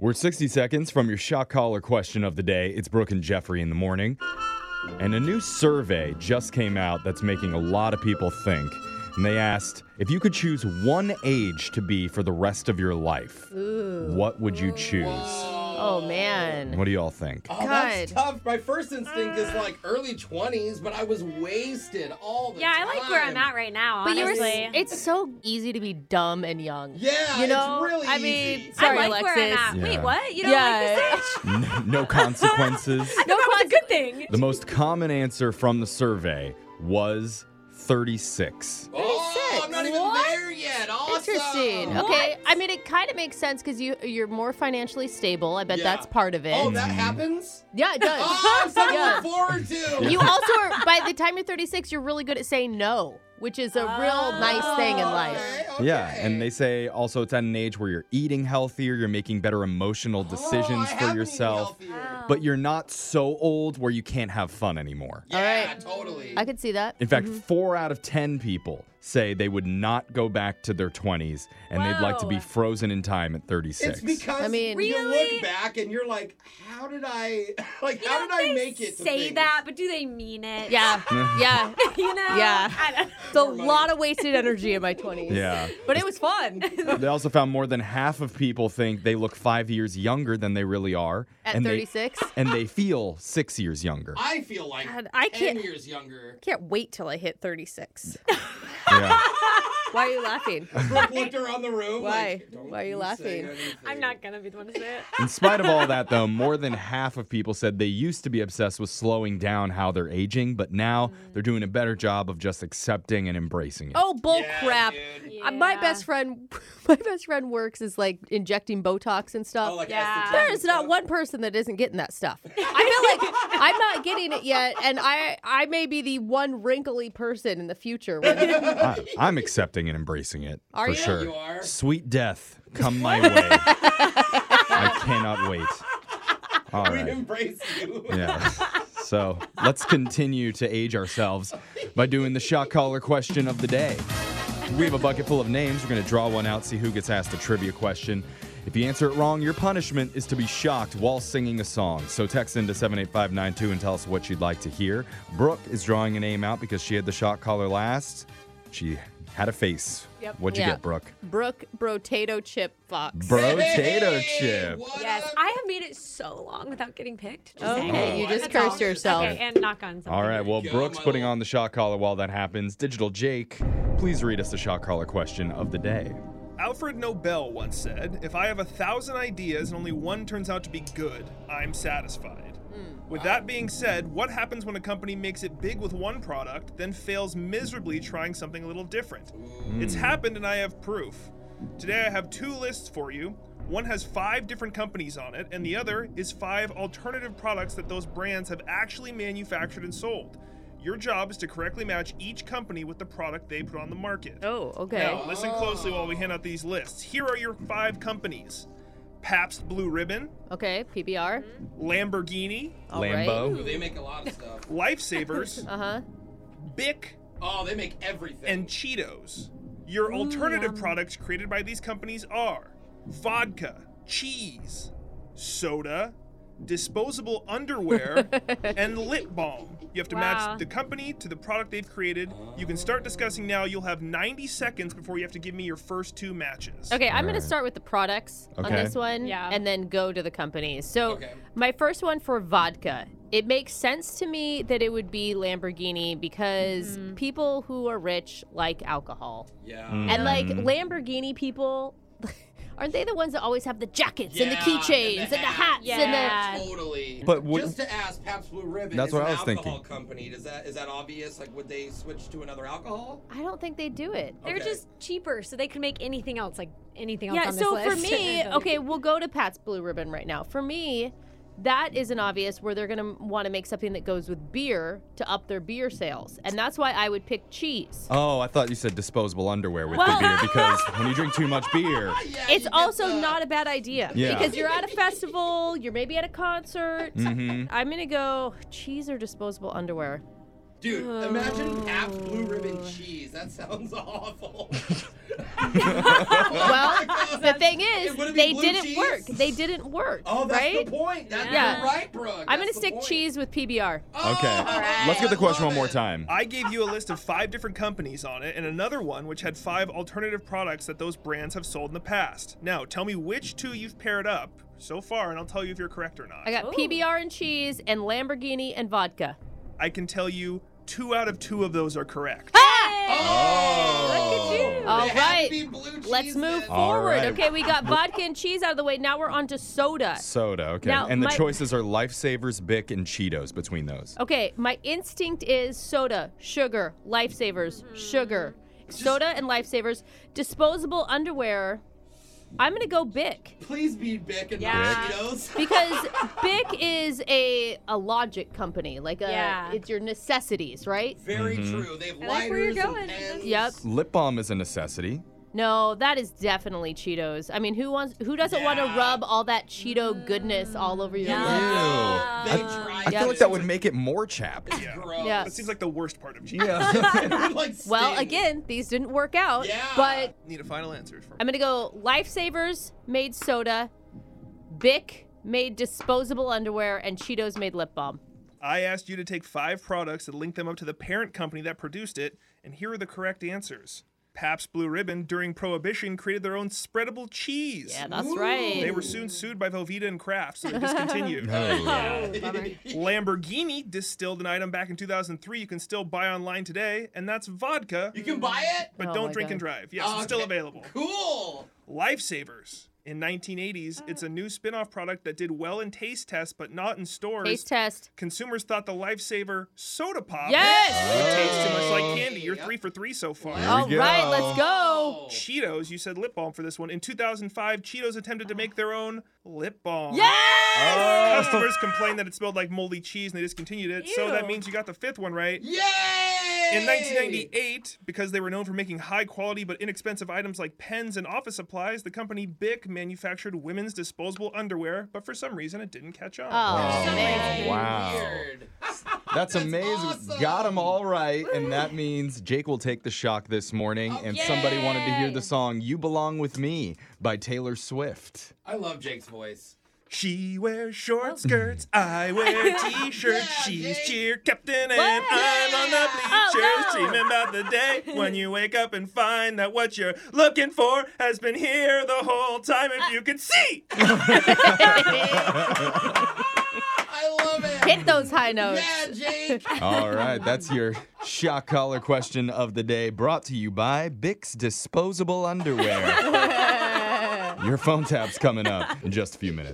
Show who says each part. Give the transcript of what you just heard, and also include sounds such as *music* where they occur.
Speaker 1: We're 60 seconds from your shock collar question of the day. It's Brooke and Jeffrey in the morning. And a new survey just came out that's making a lot of people think. And they asked if you could choose one age to be for the rest of your life, what would you choose?
Speaker 2: Oh man.
Speaker 1: What do y'all think? *laughs*
Speaker 3: Oh, that's
Speaker 2: God.
Speaker 3: tough. My first instinct
Speaker 4: Ah.
Speaker 3: is like early 20s, but I was wasted all the
Speaker 4: Yeah,
Speaker 3: time.
Speaker 4: I like where I'm at right now.
Speaker 2: But
Speaker 4: Honestly,
Speaker 2: you were, s- it's so easy to be dumb and young.
Speaker 3: Yeah,
Speaker 2: you know,
Speaker 3: it's really
Speaker 2: I mean,
Speaker 3: easy.
Speaker 2: sorry,
Speaker 4: I like where I'm at.
Speaker 2: Alexis.
Speaker 1: Yeah.
Speaker 4: Wait, what? You don't like
Speaker 2: yeah,
Speaker 4: this?
Speaker 1: no consequences.
Speaker 4: No, that was a good thing.
Speaker 1: The most common answer from the survey was 36.
Speaker 3: Oh, I'm not even
Speaker 2: What?
Speaker 3: there yet. Awesome.
Speaker 2: *laughs*
Speaker 3: Oh,
Speaker 2: interesting. Okay, I mean, it kind of makes sense because you you're more financially stable. I bet
Speaker 3: Yeah.
Speaker 2: that's part of it.
Speaker 3: Oh, that happens?
Speaker 2: *laughs* yeah, it does.
Speaker 3: *laughs* Oh, something to
Speaker 2: yeah.
Speaker 3: look forward to.
Speaker 2: You also are, by the time you're 36, you're really good at saying no, which is a
Speaker 4: Oh.
Speaker 2: real nice thing in life.
Speaker 3: Okay,
Speaker 1: Yeah,
Speaker 3: okay.
Speaker 1: and they say also it's at an age where you're eating healthier, you're making better emotional
Speaker 3: Oh, I
Speaker 1: decisions
Speaker 3: have
Speaker 1: for
Speaker 3: been
Speaker 1: yourself,
Speaker 3: healthier.
Speaker 1: but you're not so old where you can't have fun anymore.
Speaker 3: Yeah,
Speaker 2: right.
Speaker 3: totally.
Speaker 2: I could see that. Mm-hmm.
Speaker 1: In
Speaker 4: *laughs*
Speaker 1: fact, four out of 10 people say they would not go back to their 20s and they'd like to be
Speaker 4: Wow.
Speaker 1: frozen in time at 36.
Speaker 3: it's because
Speaker 2: I mean-
Speaker 3: you
Speaker 4: Really?
Speaker 3: look back and you're like, how did I, *laughs* like,
Speaker 4: You
Speaker 3: how
Speaker 4: know,
Speaker 3: did I
Speaker 4: they
Speaker 3: make it? to
Speaker 4: Say
Speaker 3: things?
Speaker 4: that, but do they mean
Speaker 1: *laughs*
Speaker 4: it?
Speaker 2: Yeah, yeah.
Speaker 4: you know.
Speaker 2: Yeah.
Speaker 4: I don't
Speaker 2: It's a lot of wasted energy in my 20s.
Speaker 1: yeah.
Speaker 2: But it was fun.
Speaker 1: They also found more than half of people think they look five years younger than they really are.
Speaker 2: At
Speaker 1: and they-
Speaker 2: 36?
Speaker 1: and they feel six years younger.
Speaker 3: I feel like
Speaker 5: God, I
Speaker 3: 10
Speaker 5: can't-
Speaker 3: years younger.
Speaker 5: Can't wait till I hit
Speaker 2: *laughs*
Speaker 5: 36.
Speaker 1: Yeah.
Speaker 5: Why are you laughing?
Speaker 3: Brooke looked around the room. like,
Speaker 5: Why?
Speaker 3: "Don't
Speaker 5: Why are you
Speaker 3: say
Speaker 5: laughing?"
Speaker 3: anything."
Speaker 4: I'm not gonna be the one to say it.
Speaker 1: In spite of all that, though, more than half of people said they used to be obsessed with slowing down how they're aging, but now they're doing a better job of just accepting and embracing it.
Speaker 2: Oh, bull
Speaker 3: Yeah,
Speaker 2: crap.
Speaker 3: dude.
Speaker 2: *laughs* Uh, My
Speaker 4: Yeah.
Speaker 2: best friend, *laughs* my best friend works is like injecting Botox and stuff.
Speaker 3: Oh, like
Speaker 4: Yeah.
Speaker 3: esthetician
Speaker 2: there is not
Speaker 3: stuff.
Speaker 2: one person that isn't getting that stuff. I feel like I'm not getting it yet, and I I may be the one wrinkly person in the future.
Speaker 3: *laughs*
Speaker 2: when-
Speaker 1: I, am accepting and embracing it
Speaker 2: Are
Speaker 1: for
Speaker 2: you?
Speaker 1: sure.
Speaker 3: You are?
Speaker 1: Sweet death, come
Speaker 3: *laughs*
Speaker 1: my way. I cannot wait. All
Speaker 3: We
Speaker 1: right.
Speaker 3: *laughs* embrace you.
Speaker 1: Yeah. So let's continue to age ourselves by doing the shock collar question of the day. We have a bucket full of names. We're going to draw one out, see who gets asked a trivia question. If you answer it wrong, your punishment is to be shocked while singing a song. So text into 78592 and tell us what you'd like to hear. Brooke is drawing a name out because she had the shock collar last. She had a face. Yep. What'd you
Speaker 2: Yeah.
Speaker 1: get, Brooke?
Speaker 2: Brooke Brotato Chip Fox.
Speaker 1: Brotato
Speaker 3: Hey,
Speaker 1: chip.
Speaker 3: what
Speaker 4: Yes,
Speaker 3: up?
Speaker 4: I have made it so long without getting picked. Just saying.
Speaker 2: Okay, you
Speaker 3: Oh,
Speaker 2: just
Speaker 3: that's
Speaker 2: cursed
Speaker 3: all.
Speaker 2: yourself.
Speaker 4: Okay, and knock on something.
Speaker 1: All right. Well,
Speaker 3: Go,
Speaker 1: Brooke's
Speaker 3: my
Speaker 1: putting
Speaker 3: lord.
Speaker 1: on the shock collar while that happens. Digital Jake, please read us the shock collar question of the day.
Speaker 6: Alfred Nobel once said, If I have a thousand ideas and only one turns out to be good, I'm satisfied. With that being said, what happens when a company makes it big with one product, then fails miserably trying something a little different? It's happened and I have proof. Today I have two lists for you. One has five different companies on it, and the other is five alternative products that those brands have actually manufactured and sold. Your job is to correctly match each company with the product they put on the market.
Speaker 2: Oh, okay.
Speaker 6: Now, listen closely while we hand out these lists. Here are your five companies Pabst Blue Ribbon,
Speaker 2: Okay, PBR.
Speaker 3: Mm-hmm.
Speaker 6: Lamborghini,
Speaker 2: All right.
Speaker 1: Lambo.
Speaker 3: Ooh, they make a lot of stuff.
Speaker 2: *laughs*
Speaker 6: Lifesavers,
Speaker 2: Uh huh.
Speaker 6: Bic,
Speaker 3: Oh, they make everything.
Speaker 6: and Cheetos. Your alternative products created by these companies are vodka, cheese, soda, disposable underwear, and lip balm. You have to
Speaker 4: Wow.
Speaker 6: match the company to the product they've created. You can start discussing now. You'll have 90 seconds before you have to give me your first two matches.
Speaker 2: Okay, I'm going
Speaker 1: right.
Speaker 2: to start with the products on
Speaker 1: Okay.
Speaker 2: this one
Speaker 4: Yeah.
Speaker 2: and then go to the companies. So,
Speaker 3: Okay.
Speaker 2: my first one for vodka. It makes sense to me that it would be Lamborghini because
Speaker 4: Mm-hmm.
Speaker 2: people who are rich like alcohol.
Speaker 3: yeah.
Speaker 1: Mm.
Speaker 2: And like Lamborghini people, *laughs* aren't they the ones that always have the jackets and the
Speaker 3: Yeah,
Speaker 2: keychains and the hats
Speaker 4: Yeah.
Speaker 2: and
Speaker 3: Totally.
Speaker 1: But would-
Speaker 3: just to ask, Pabst Blue Ribbon
Speaker 1: That's
Speaker 3: is
Speaker 1: what
Speaker 3: an
Speaker 1: I was
Speaker 3: alcohol
Speaker 1: thinking.
Speaker 3: company. Does that is that obvious? Like, would they switch to another alcohol?
Speaker 2: the? I don't think they do it.
Speaker 4: They're
Speaker 3: Okay.
Speaker 4: just cheaper, so they can make anything else, like anything else
Speaker 2: Yeah,
Speaker 4: on this
Speaker 2: so for
Speaker 4: list. *laughs*
Speaker 2: me, okay, we'll go to Pat's Blue Ribbon right now. For me, that is an obvious where they're going to want to make something that goes with beer to up their beer sales. And that's why I would pick cheese.
Speaker 1: Oh, I thought you said disposable underwear with
Speaker 2: Well-
Speaker 1: the beer because when you drink too much beer,
Speaker 3: Yeah,
Speaker 2: it's
Speaker 3: you get
Speaker 2: also
Speaker 3: the-
Speaker 2: not a bad idea
Speaker 1: Yeah.
Speaker 2: because you're at a
Speaker 3: Mm-hmm. *laughs*
Speaker 2: festival, you're maybe at a concert. I'm going to go cheese or disposable underwear.
Speaker 3: Dude, imagine Pabst Blue Ribbon
Speaker 2: Oh.
Speaker 3: cheese. That
Speaker 2: *laughs*
Speaker 3: sounds *laughs* awful. Oh
Speaker 2: Well, the thing is,
Speaker 3: It would've
Speaker 2: they
Speaker 3: been blue
Speaker 2: didn't
Speaker 3: cheese.
Speaker 2: work. They didn't work.
Speaker 3: oh, that's
Speaker 2: right?
Speaker 3: the point. That's
Speaker 2: Yeah.
Speaker 3: the right, Brooke.
Speaker 2: I'm gonna
Speaker 3: That's the
Speaker 2: stick
Speaker 3: point.
Speaker 2: cheese with PBR.
Speaker 3: *laughs* Oh,
Speaker 1: Okay.
Speaker 3: alright.
Speaker 1: Let's get the
Speaker 3: I
Speaker 1: question
Speaker 3: love
Speaker 1: one more
Speaker 3: it.
Speaker 1: time.
Speaker 6: I gave you a list of five different companies on it and another one which had five alternative products that those brands have sold in the past. Now, tell me which two you've paired up so far, and I'll tell you if you're correct or not.
Speaker 2: I
Speaker 4: Oh.
Speaker 2: got PBR and cheese and Lamborghini and vodka.
Speaker 6: I can tell you two out of two of those are correct.
Speaker 3: Oh,
Speaker 4: Look at you.
Speaker 3: They
Speaker 2: All
Speaker 3: had to
Speaker 2: right.
Speaker 3: be blue cheese
Speaker 2: Let's move
Speaker 3: then.
Speaker 1: All
Speaker 2: forward.
Speaker 1: right.
Speaker 2: Okay, we got vodka and cheese out of the way. Now we're on to soda.
Speaker 1: Soda, okay.
Speaker 2: Now,
Speaker 1: and the
Speaker 2: my- Oh.
Speaker 1: choices are Lifesavers, Bic, and Cheetos between those.
Speaker 2: Okay, my instinct is soda, sugar, lifesavers, sugar, soda and lifesavers, disposable underwear. I'm gonna go Bic
Speaker 3: Please be Bic and
Speaker 4: Yeah.
Speaker 3: not Cheetos.
Speaker 2: because Bic is a a logic company, like a
Speaker 4: Yeah.
Speaker 2: it's your necessities, right?
Speaker 3: Very
Speaker 1: Mm-hmm.
Speaker 3: true. They have
Speaker 4: I
Speaker 3: lighters
Speaker 4: like where you're
Speaker 3: and
Speaker 4: going.
Speaker 3: pens.
Speaker 2: Yep.
Speaker 1: Lip balm is a necessity.
Speaker 2: No, that is definitely Cheetos. I mean, who wants who doesn't want to
Speaker 3: Yeah. Mm-hmm.
Speaker 2: rub all that Cheeto goodness all over your
Speaker 4: Yeah.
Speaker 2: lips?
Speaker 1: Ew.
Speaker 3: They
Speaker 4: Uh,
Speaker 3: tried
Speaker 1: I
Speaker 2: Yeah.
Speaker 1: feel like that would make it more Oh, chapped.
Speaker 3: *laughs*
Speaker 1: *laughs*
Speaker 6: Yeah.
Speaker 3: Gross.
Speaker 2: Yeah.
Speaker 6: That seems like the worst part of cheese.
Speaker 1: Yeah.
Speaker 3: It would, like,
Speaker 2: *laughs* Well,
Speaker 3: sting. *laughs*
Speaker 2: again, these didn't work out,
Speaker 3: Yeah.
Speaker 2: but
Speaker 6: Need a final answer for
Speaker 2: I'm gonna go lifesavers made soda, Bic made disposable underwear, and Cheetos made lip balm.
Speaker 6: I asked you to take five products and link them up to the parent company that produced it, and here are the correct answers. Pabst Blue Ribbon, during Prohibition, created their own spreadable cheese.
Speaker 2: Yeah, that's
Speaker 3: Ooh.
Speaker 2: right.
Speaker 6: They were soon sued by Velveeta and
Speaker 2: *laughs*
Speaker 6: Kraft, so they're discontinued.
Speaker 4: Oh,
Speaker 6: Lamborghini distilled an item back in 2003 you can still buy online today, and that's vodka,
Speaker 3: You can buy it?
Speaker 6: but
Speaker 2: Oh
Speaker 6: don't
Speaker 2: my
Speaker 6: drink
Speaker 2: God.
Speaker 6: and drive. Yes, it's still
Speaker 3: Okay.
Speaker 6: available.
Speaker 3: Cool.
Speaker 6: Lifesavers. In 1980s, it's a new spin-off product that did well in taste tests, but not in stores.
Speaker 2: Taste test.
Speaker 6: Consumers thought the lifesaver soda pop
Speaker 2: Yes!
Speaker 6: would taste too much like candy. You're
Speaker 3: Yep.
Speaker 6: three for three so far.
Speaker 1: Here we
Speaker 2: All
Speaker 1: go.
Speaker 2: right, let's go.
Speaker 6: Cheetos, you said lip balm for this one. In 2005, Cheetos attempted to make their own lip balm.
Speaker 2: Yes!
Speaker 6: Customers complained that it smelled like moldy cheese and they discontinued it. So that
Speaker 4: Ew.
Speaker 6: means you got the fifth one right.
Speaker 3: Yay!
Speaker 6: In 1998, because they were known for making high quality but inexpensive items like pens and office supplies, the company Bic manufactured women's disposable underwear, but for some reason it didn't catch on.
Speaker 2: Oh,
Speaker 1: Oh,
Speaker 2: man.
Speaker 1: wow.
Speaker 3: *laughs* Weird.
Speaker 1: That's amazing.
Speaker 3: awesome.
Speaker 1: Got him all right. And that means Jake will take the shock this morning. And somebody wanted to hear the song You Belong With Me by Taylor Swift.
Speaker 3: I love Jake's voice.
Speaker 6: She wears short skirts, I
Speaker 2: *laughs*
Speaker 6: wear t-shirts.
Speaker 3: Yeah,
Speaker 6: She's
Speaker 3: Jake.
Speaker 6: cheer captain, and
Speaker 2: What? Oh,
Speaker 6: I'm on the bleachers. Dreaming about the day when you wake up and find that what you're looking for has been here the whole time.
Speaker 2: Uh,
Speaker 6: If you could see,
Speaker 3: I love it.
Speaker 2: Hit those high notes.
Speaker 3: yeah, Jake.
Speaker 1: All right, that's your shock collar question of the day, brought to you by Bix Disposable Underwear. your phone tap's coming up in just a few minutes.